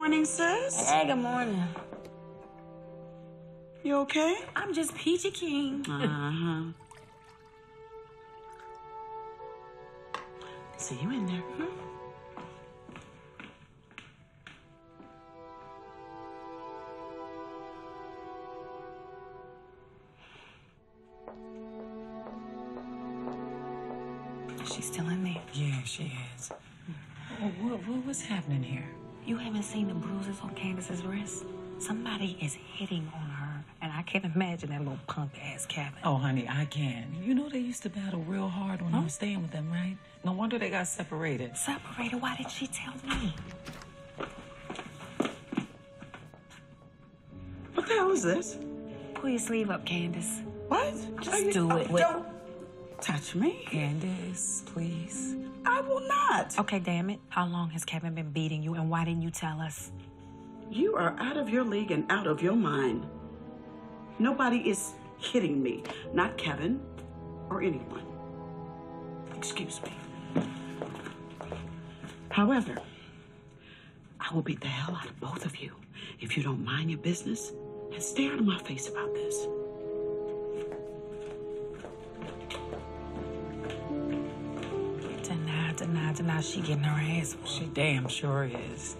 morning, sis. Hey, good morning. You okay? I'm just Peachy King. Uh-huh. See you in there. Hmm. She's still in there. Yeah, she is. Oh, what, what was happening here? You haven't seen the bruises on Candace's wrist? Somebody is hitting on her, and I can't imagine that little punk ass Kevin. Oh, honey, I can. You know they used to battle real hard when I was staying with them, right? No wonder they got separated. Separated, why did she tell me? What the hell is this? Pull your sleeve up, Candace. What? Just Are do oh, it with- Don't touch me. Candace, please. I will not. Okay, damn it. How long has Kevin been beating you, and why didn't you tell us? You are out of your league and out of your mind. Nobody is hitting me, not Kevin or anyone. Excuse me. However, I will beat the hell out of both of you if you don't mind your business and stare out of my face about this. Deny, deny, deny. She getting her ass whooped. She damn sure is.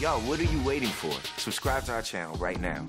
Yo, what are you waiting for? Subscribe to our channel right now.